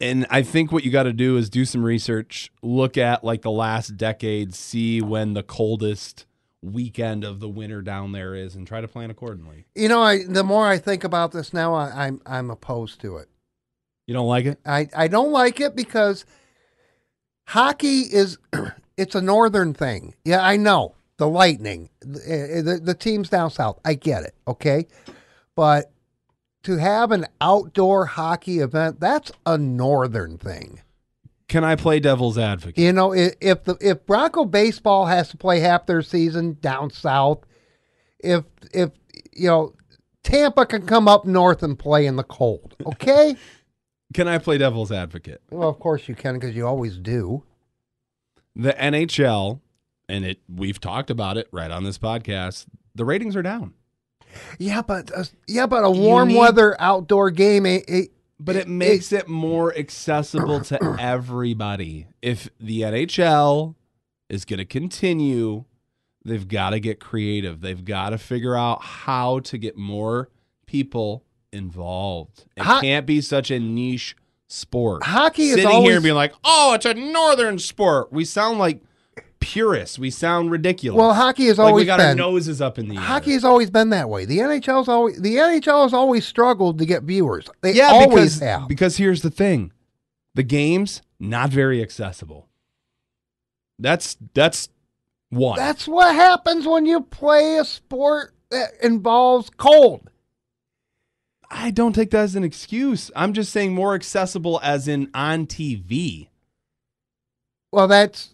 S5: and I think what you got to do is do some research, look at like the last decade, see when the coldest weekend of the winter down there is, and try to plan accordingly.
S4: You know, I the more I think about this now, I, I'm I'm opposed to it.
S5: You don't like it?
S4: I, I don't like it because hockey is *clears throat* it's a northern thing. Yeah, I know the Lightning, the, eh, the, the teams down south. I get it. Okay, but to have an outdoor hockey event, that's a northern thing.
S5: Can I play devil's advocate?
S4: You know, i- if the if Bronco baseball has to play half their season down south, if if you know Tampa can come up north and play in the cold. Okay,
S5: Can I play devil's advocate?
S4: well of course you can because you always do.
S5: The NHL, and it we've talked about it right on this podcast. The ratings are down,
S4: Yeah, but uh, yeah, but a warm
S5: need-
S4: weather outdoor game. eh, It, it,
S5: but it makes it more accessible to everybody. If the NHL is going to continue, they've got to get creative. They've got to figure out how to get more people involved. It
S4: How-
S5: can't be such a niche sport.
S4: hockey is
S5: sitting
S4: always
S5: here and being like, "Oh, it's a northern sport." We sound like purists. We sound ridiculous.
S4: well. Hockey has
S5: like
S4: always
S5: we got our
S4: been
S5: noses up in the air.
S4: hockey has always been that way. The NHL's always the NHL has always struggled to get viewers. They
S5: yeah,
S4: always
S5: because
S4: have.
S5: because here's the thing, the games not very accessible. That's that's one.
S4: That's what happens when you play a sport that involves cold.
S5: I don't take that as an excuse. I'm just saying more accessible as in on TV.
S4: Well, that's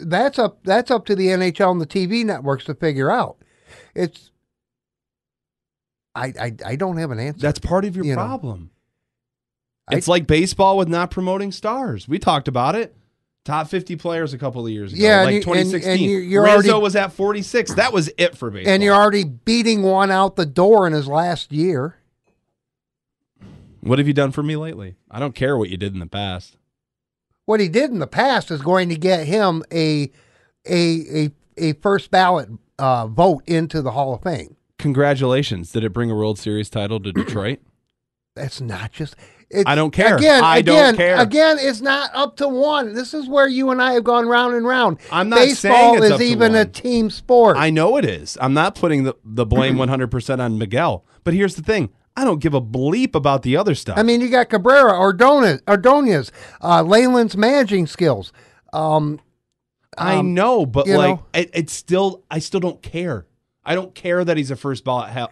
S4: that's up that's up to the NHL and the TV networks to figure out. It's I I, I don't have an answer.
S5: That's part of your
S4: You know.
S5: problem.
S4: I-
S5: it's like baseball with not promoting stars. We talked about it. Top 50 players a couple of years ago.
S4: Yeah, and
S5: like
S4: you- and-
S5: 2016.
S4: and you- you're
S5: Rizzo
S4: already-
S5: was at 46. That was it for baseball.
S4: And you're already beating one out the door in his last year.
S5: what have you done for me lately? I don't care what you did in the past.
S4: What he did in the past is going to get him a a a, a first ballot uh, vote into the Hall of Fame.
S5: Congratulations. Did it bring a World Series title to *coughs* Detroit?
S4: That's not just. It's,
S5: I don't care.
S4: Again,
S5: I don't
S4: again,
S5: care.
S4: Again, it's not up to one. This is where you and I have gone round and round.
S5: I'm not
S4: Baseball
S5: saying it's
S4: is
S5: up to
S4: even a
S5: one.
S4: team sport.
S5: I know it is. I'm not putting the, the blame 100% on Miguel. But here's the thing I don't give a bleep about the other stuff.
S4: I mean, you got Cabrera, Ordonez, Ordonez uh, Leyland's managing skills. Um,
S5: I
S4: um,
S5: know, but
S4: you
S5: like
S4: know.
S5: it, it's still I still don't care. I don't care that he's a first ballot ha-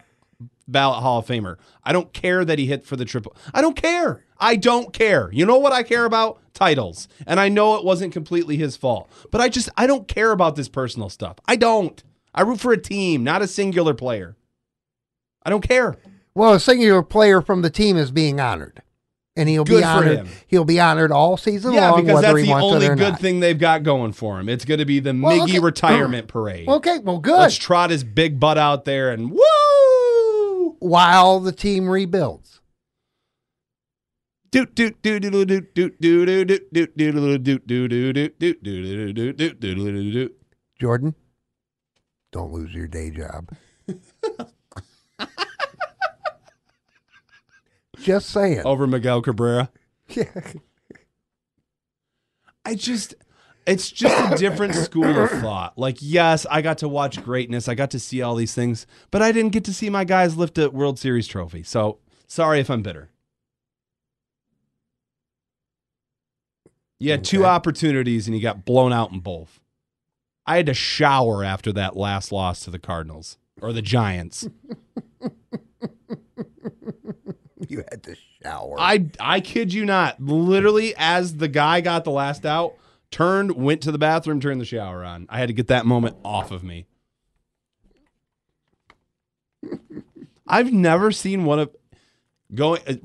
S5: ballot Hall of Famer. I don't care that he hit for the triple. I don't care. I don't care. You know what I care about? Titles. And I know it wasn't completely his fault, but I just I don't care about this personal stuff. I don't. I root for a team, not a singular player. I don't care.
S4: Well, a singular player from the team is being honored, and he'll
S5: Good
S4: be
S5: for
S4: honored.
S5: him.
S4: He'll be honored all season
S5: Yeah,
S4: long,
S5: because
S4: whether
S5: that's
S4: he
S5: the
S4: wants
S5: only
S4: it or
S5: good
S4: not.
S5: thing they've got going for him. It's going to be the
S4: Well,
S5: Miggy
S4: okay.
S5: retirement
S4: *clears throat*
S5: parade.
S4: Okay, well, good.
S5: Let's trot his big butt out there and woo!
S4: While the team rebuilds,
S5: Doot doot doot doot doot doot doot doot doot doot doot doot doot doot doot doot doot doot doot doot doot.
S4: Jordan, don't lose your day
S5: *laughs*
S4: job. Just saying.
S5: Over Miguel Cabrera.
S4: Yeah.
S5: I just it's just a different school of thought. Like, yes, I got to watch greatness. I got to see all these things, but I didn't get to see my guys lift a World Series trophy. So sorry if I'm bitter. You had two
S4: Okay.
S5: opportunities and you got blown out in both. I had to shower after that last loss to the Cardinals or the Giants.
S4: *laughs* You had to shower.
S5: I I kid you not. Literally, as the guy got the last out, turned, went to the bathroom, turned the shower on. I had to get that moment off of me. *laughs* I've never seen one of going. uh,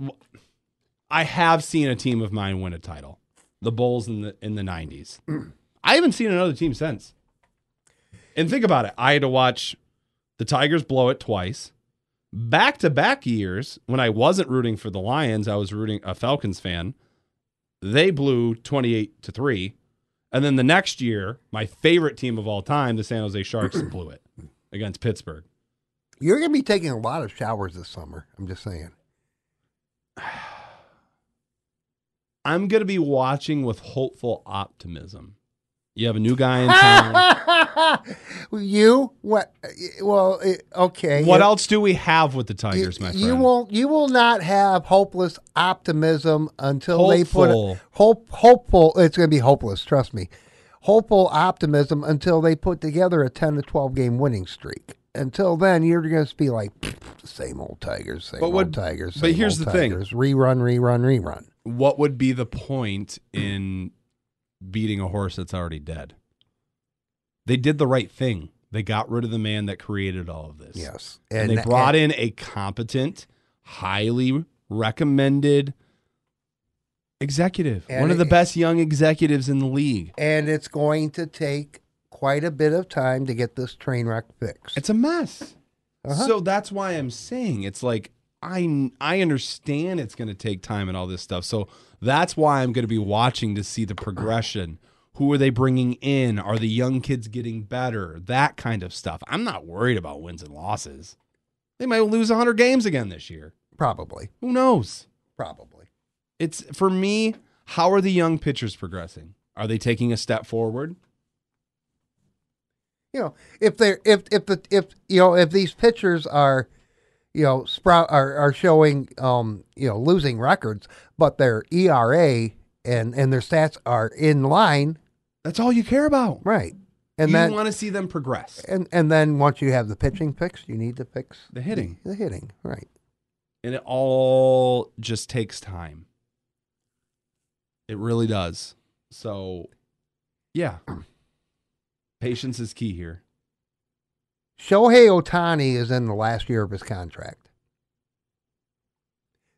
S5: I have seen a team of mine win a title, the Bulls in the in the nineties. I haven't seen another team since. And think about it. I had to watch the Tigers blow it twice back to back years when I wasn't rooting for the Lions, I was rooting a Falcons fan. They blew 28 to 3. And then the next year, my favorite team of all time, the San
S4: *clears throat*
S5: Jose Sharks, blew it against Pittsburgh.
S4: You're going to be taking a lot of showers this summer. I'm just saying.
S5: I'm going to be watching with hopeful optimism. You have a new guy
S4: *laughs*
S5: in town.
S4: you what? Well, it, okay.
S5: what
S4: It-
S5: else do we have with the
S4: you-
S5: Tigers, my friend?
S4: You won't. You will not have hopeless optimism until they put
S5: Hopeful.
S4: a, hope. Hopeful. It's going to be hopeless. Trust me. Hopeful optimism until they put together a ten to twelve game winning streak. Until then, you're going to be like same old Tigers, same
S5: But
S4: old
S5: what-
S4: Tigers.
S5: but
S4: same
S5: here's
S4: old
S5: the thing.
S4: Tigers. Rerun, rerun, rerun.
S5: what would be the point in beating a horse that's already dead? They did the right thing. They got rid of the man that created all of this.
S4: Yes,
S5: And, they brought in a competent, highly recommended executive,
S4: And
S5: one of the
S4: it-
S5: best young executives in the league.
S4: and it's going to take quite a bit of time to get this train wreck fixed.
S5: It's a mess.
S4: Uh-huh.
S5: So that's why I'm saying it's like I I understand it's going to take time and all this stuff. So that's why I'm going to be watching to see the progression. Who are they bringing in? Are the young kids getting better? That kind of stuff. I'm not worried about wins and losses. They might lose 100 games again this year.
S4: Probably,
S5: Who knows?
S4: probably.
S5: It's for me, how are the young pitchers progressing? Are they taking a step forward?
S4: You know, if they're if if the if you know if these pitchers are, you know, sprout are are showing um you know losing records, but their ERA and and their stats are in line,
S5: That's all you care about.
S4: right? And
S5: you
S4: then
S5: want to see them progress.
S4: and and then once you have the pitching fixed, you need to fix
S5: The hitting.
S4: the hitting, right?
S5: and it all just takes time. It really does. So, yeah, *clears throat* patience is key here.
S4: Shohei Otani is in the last year of his contract.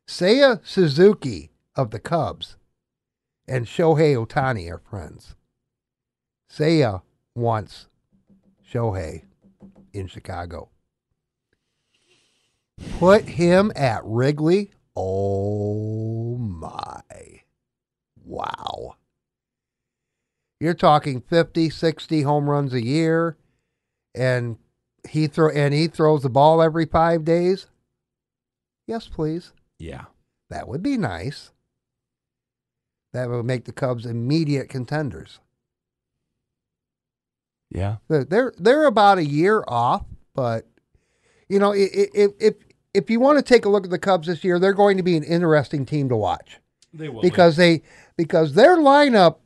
S4: Seiya Suzuki of the Cubs and Shohei Otani are friends. Seiya wants Shohei in Chicago. Put him at Wrigley. Oh my. Wow. You're talking 50, 60 home runs a year and he throw and he throws the ball every 5 days. Yes, please.
S5: Yeah.
S4: That would be nice. That would make the Cubs immediate contenders.
S5: Yeah.
S4: They're- They're they're about a year off, but you know i- i- if if if you want to take a look at the Cubs this year, they're going to be an interesting team to watch
S5: They will.
S4: because they because their lineup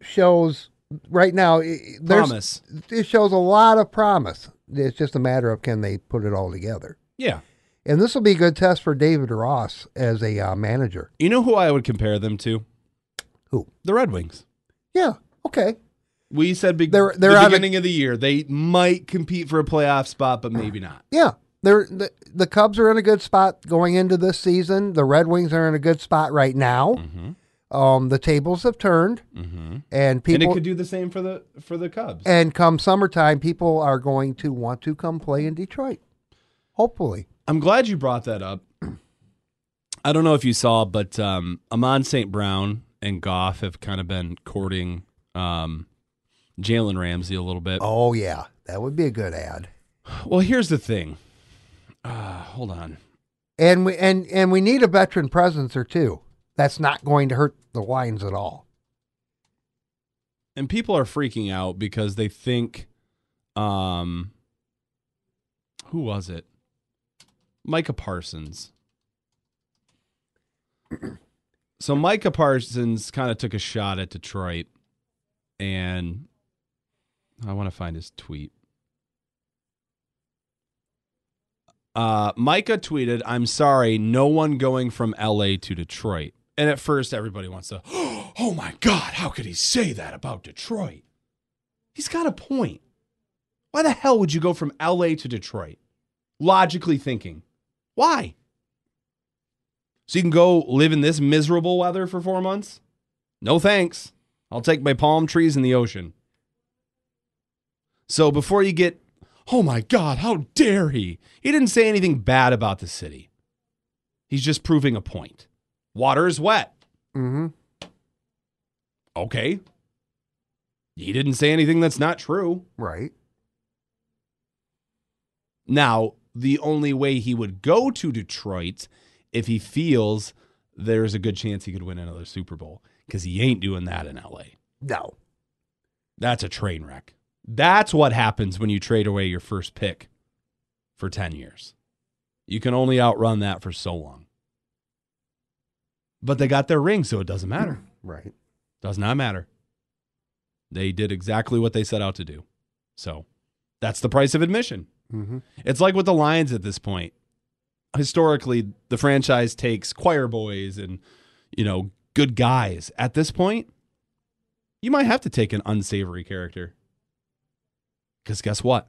S4: shows right now i- i- there's-
S5: promise.
S4: it shows a lot of promise. It's just a matter of can they put it all together.
S5: Yeah.
S4: And this will be a good test for David Ross as a uh, manager.
S5: You know who I would compare them to?
S4: Who?
S5: The Red Wings.
S4: Yeah. Okay.
S5: We said be-
S4: They're- they're
S5: the
S4: out of-
S5: beginning of the year they might compete for a playoff spot,
S4: *sighs*
S5: but maybe not.
S4: Yeah, they're the, the Cubs are in a good spot going into this season. The Red Wings are in a good spot right now. Um, the tables have turned, and
S5: Mm-hmm. and it
S4: people
S5: could
S4: and,
S5: do the same for the for the Cubs.
S4: come summertime, people are going to want to come play in Detroit. Hopefully,
S5: I'm glad you brought that up. I don't know if you saw, but um, Amon St. Brown and Goff have kind of been courting um, Jalen Ramsey a little bit.
S4: oh yeah, that would be a good ad.
S5: Well, here's the thing. Uh, hold on.
S4: And we and and we need a veteran presence or two. That's not going to hurt the lines at all.
S5: and people are freaking out because they think um who was it micah parsons *clears throat* so micah parsons kind of took a shot at detroit and i want to find his tweet uh, Micah tweeted, I'm sorry, no one going from LA to Detroit. And at first, everybody wants to, *gasps* oh my God, how could he say that about Detroit? He's got a point. Why the hell would you go from LA to Detroit? Logically thinking, why? So you can go live in this miserable weather for four months? No thanks. I'll take my palm trees in the ocean. So before you get, oh my God, how dare he? He didn't say anything bad about the city. He's just proving a point. Water is wet.
S4: Mm-hmm.
S5: Okay. He didn't say anything that's not true.
S4: Right.
S5: Now, the only way he would go to Detroit if he feels there's a good chance he could win another Super Bowl because he ain't doing that in LA.
S4: No.
S5: That's a train wreck. That's what happens when you trade away your first pick for 10 years. You can only outrun that for so long. But they got their ring, so it doesn't matter.
S4: Right.
S5: Does not matter. They did exactly what they set out to do. So that's the price of admission.
S4: Mm-hmm.
S5: It's like with the Lions at this point. Historically, the franchise takes choir boys and, you know, good guys. At this point, you might have to take an unsavory character. Because guess what?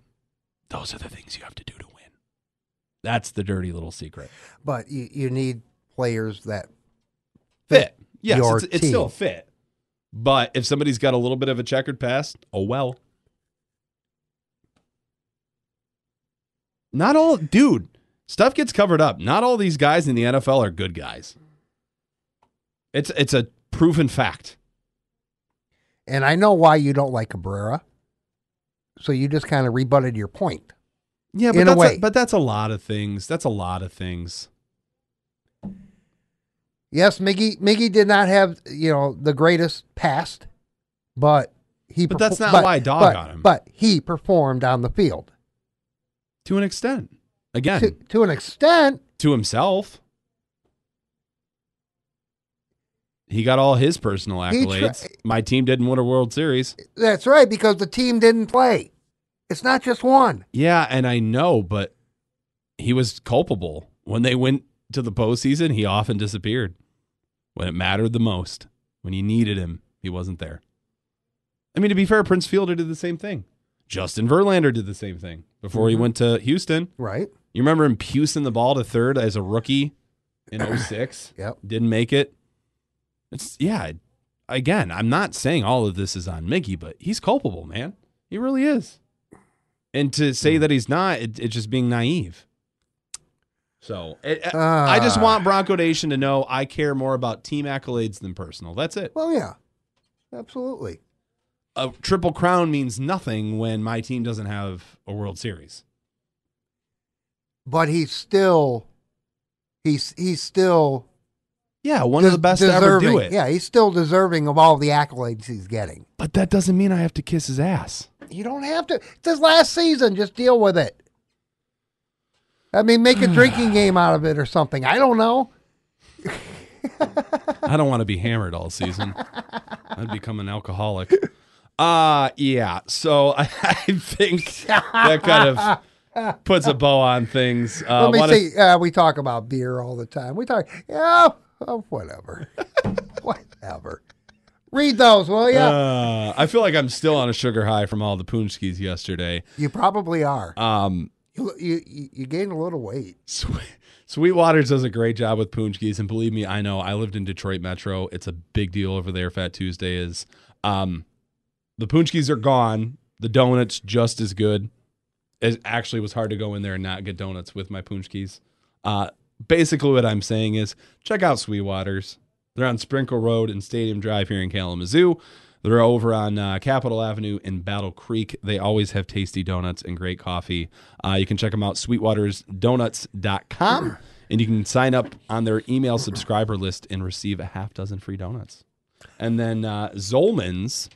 S5: Those are the things you have to do to win. That's the dirty little secret.
S4: But you, you need players that
S5: Fit. Yes,
S4: Your
S5: it's, it's still a
S4: team.
S5: fit. But if somebody's got a little bit of a checkered past, oh well. Not all, dude, stuff gets covered up. Not all these guys in the NFL are good guys. It's it's a proven fact.
S4: And I know why you don't like Cabrera. So you just kind of rebutted your point.
S5: Yeah,
S4: but
S5: but
S4: In a
S5: that's
S4: that's a- way.
S5: but that's a lot of things. That's a lot of things.
S4: Yes, Miggy Miggy did not have, you know, the greatest past, but he
S5: But
S4: perfo-
S5: that's not why I dog
S4: but-
S5: on him.
S4: But he performed on the field.
S5: To an extent. Again,
S4: To, to an extent,
S5: to himself. He got all his personal
S4: He tri-
S5: accolades. My team didn't win a World Series.
S4: that's right, because the team didn't play. It's not just one.
S5: Yeah, and I know, but he was culpable. When they went to the postseason, he often disappeared. When it mattered the most, when you needed him, he wasn't there. I mean, to be fair, Prince Fielder did the same thing. Justin Verlander did the same thing before he went to Houston.
S4: Right.
S5: You remember him pucing the ball to third
S4: *coughs*
S5: as a rookie in 06?
S4: Yep.
S5: Didn't make it. It's yeah, again, I'm not saying all of this is on Mickey, but he's culpable, man. He really is. And to say
S4: Hmm.
S5: that he's not, it, it's just being naive. So it, I I just
S4: Ah.
S5: want Bronco Nation to know I care more about team accolades than personal. That's it.
S4: Well, yeah, absolutely.
S5: A triple crown means nothing when my team doesn't have a World Series.
S4: But he's still, he's he's still
S5: Yeah, one of
S4: des-
S5: the best to ever do
S4: deserving.
S5: it.
S4: Yeah, he's still deserving of all the accolades he's getting.
S5: But that doesn't mean I have to kiss his ass.
S4: You don't have to. It's his last season. Just deal with it. I mean,
S5: *sighs*
S4: make a drinking game out of it or something. I don't know.
S5: I don't want to be hammered all season. I'd become an alcoholic. Uh yeah. So *laughs* I, I think that kind of puts a bow on things. Uh,
S4: Let me
S5: wanna-
S4: see. Uh, we talk about beer all the time. We talk. Yeah, oh, whatever, *laughs* whatever. Read those, will you?
S5: uh, I feel like I'm still on a sugar high from all the poonskis yesterday.
S4: you probably are.
S5: Um,
S4: You you you you gained a little weight.
S5: Swe- Sweetwaters does a great job with poonskis, and believe me, I know. I lived in Detroit Metro. It's a big deal over there. Fat Tuesday is. Um, the poonskis are gone. The donuts just as good. It actually was hard to go in there and not get donuts with my poonskis. Uh, basically, what I'm saying is check out Sweetwaters. They're on Sprinkle Road and Stadium Drive here in Kalamazoo. They're over on uh, Capitol Avenue in Battle Creek. They always have tasty donuts and great coffee. Uh, you can check them out, sweetwatersdonuts.com, and you can sign up on their email subscriber list and receive a half dozen free donuts. And then uh, Zolman's,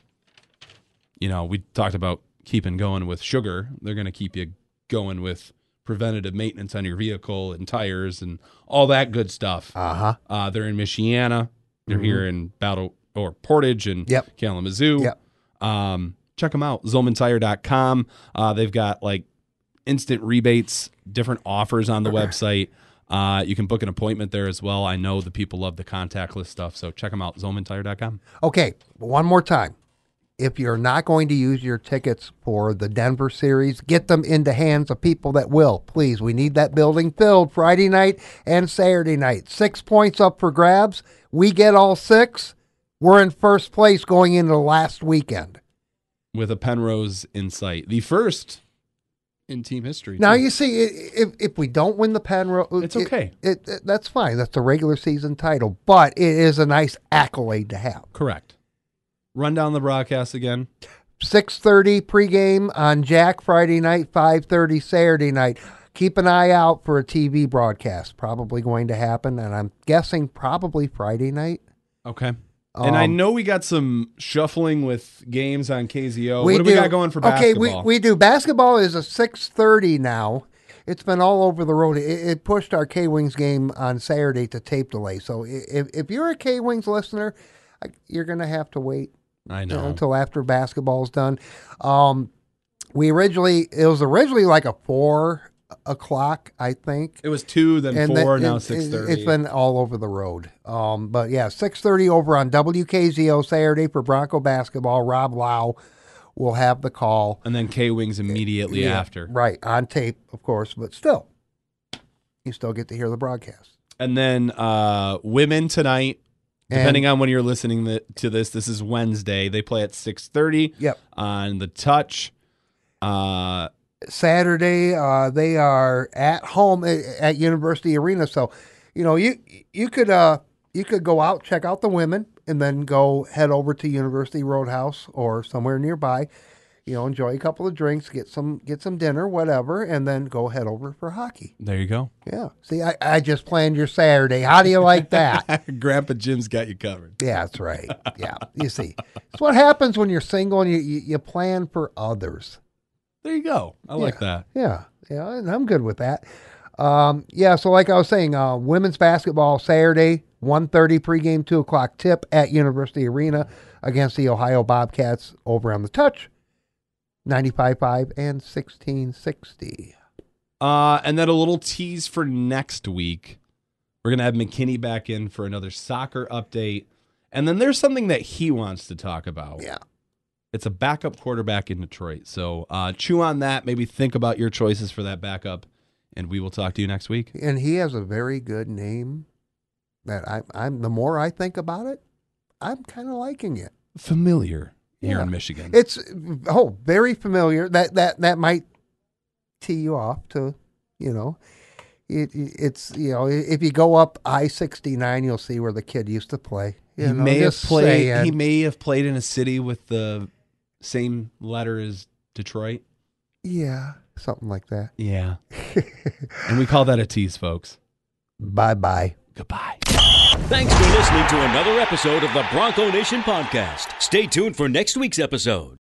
S5: you know, we talked about keeping going with sugar. They're going to keep you going with preventative maintenance on your vehicle and tires and all that good stuff.
S4: Uh huh.
S5: Uh, they're in Michiana. They're here in Battle or Portage and
S4: Mm-hmm. Yep.
S5: Kalamazoo.
S4: Yep.
S5: Um, check them out, ZolmanTire.com. Uh, they've got like instant rebates, different offers on the website. Uh, you can book an appointment there as well. I know the people love the contactless stuff, so check them out, ZolmanTire.com.
S4: Okay, one more time. If you're not going to use your tickets for the Denver series, get them into hands of people that will. Please, we need that building filled Friday night and Saturday night. Six points up for grabs. We get all six. We're in first place going into the last weekend.
S5: With a Penrose in sight, the first in team history.
S4: Now
S5: too.
S4: you see, i- if if we don't win the Penrose,
S5: It's okay.
S4: It, it that's fine. That's the regular season title, but it is a nice accolade to have.
S5: correct. Run down the broadcast again.
S4: six thirty pregame on Jack Friday night, five thirty Saturday night. Keep an eye out for a TV broadcast, probably going to happen, and I'm guessing probably Friday night.
S5: Okay. and I
S4: Um,
S5: know we got some shuffling with games on KZO. what do, we got going for basketball?
S4: Okay, we, we do. Basketball is a six thirty now. It's been all over the road. It, it pushed our K Wings game on Saturday to tape delay. So i- if, if you're a K Wings listener, I- you're going to have to wait
S5: I know.
S4: until after basketball's done. Um, we originally it was originally like a four o'clock, I think.
S5: it was two, then four,
S4: then
S5: now
S4: it-
S5: six
S4: it- It's
S5: thirty.
S4: been all over the road. Um, but yeah, six thirty over on WKZO Saturday for Bronco basketball. Rob Lau will have the call.
S5: and then K Wings immediately
S4: Yeah,
S5: after.
S4: right on tape, of course, but still, you still get to hear the broadcast.
S5: And then uh, women tonight.
S4: And-
S5: Depending on when you're listening th- to this, this is Wednesday. They play at six thirty
S4: Yep.
S5: on the touch. Uh,
S4: Saturday. Uh, they are at home at, at University Arena, so you know you you could uh, you could go out check out the women and then go head over to University Roadhouse or somewhere nearby. You know, enjoy a couple of drinks, get some get some dinner, whatever, and then go head over for hockey.
S5: there you go.
S4: Yeah. See, I, I just planned your Saturday. How do you like that?
S5: *laughs* Grandpa Jim's got you covered.
S4: yeah, that's right. Yeah. You see, it's what happens when you're single and you, you, you plan for others.
S5: There you go. I like that.
S4: Yeah, yeah, and I'm good with that. Um, yeah, so like I was saying, uh, women's basketball Saturday, 1.30 pregame, 2 o'clock tip at University Arena against the Ohio Bobcats over on the touch, 95.5 and 16.60.
S5: Uh, and then a little tease for next week. We're going to have McKinney back in for another soccer update. And then there's something that he wants to talk about.
S4: Yeah.
S5: It's a backup quarterback in Detroit. So uh, chew on that. Maybe think about your choices for that backup. And we will talk to you next week.
S4: And he has a very good name that I, I'm, the more I think about it, I'm kind of liking it.
S5: Familiar here
S4: Yeah.
S5: in Michigan.
S4: It's oh, very familiar. That that that might tee you off to, you know, it it's you know if you go up I sixty nine, you'll see where the kid used to play. You
S5: he
S4: know,
S5: may have
S4: just
S5: played.
S4: saying.
S5: He may have played in a city with the same letter as Detroit.
S4: yeah, something like that.
S5: Yeah, and we call that a tease, folks.
S4: Bye bye.
S5: Goodbye.
S3: Thanks for listening to another episode of the Bronco Nation podcast. Stay tuned for next week's episode.